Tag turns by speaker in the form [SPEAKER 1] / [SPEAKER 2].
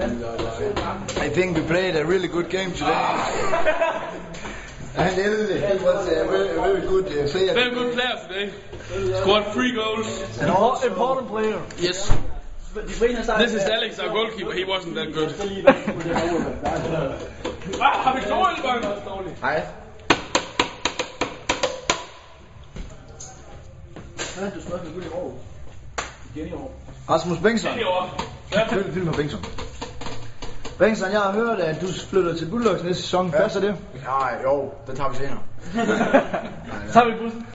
[SPEAKER 1] I think we played a really good game today. and it, it was a very, very good uh, say.
[SPEAKER 2] Very good player today. Scored three goals.
[SPEAKER 3] An all important player.
[SPEAKER 2] Yes. This is Alex, our goalkeeper. He wasn't that good. Ah, har vi to elbøjne?
[SPEAKER 1] Hej.
[SPEAKER 3] Hvad har du skrevet med Guld i år? Igen i år.
[SPEAKER 1] Rasmus Bengtsson. Flyt film på Bengtsson. Bengtsson, jeg har hørt, at du flytter til Bulldogs næste sæson. Passer det?
[SPEAKER 4] Nej, jo, den tager vi senere.
[SPEAKER 3] Så tager vi bussen.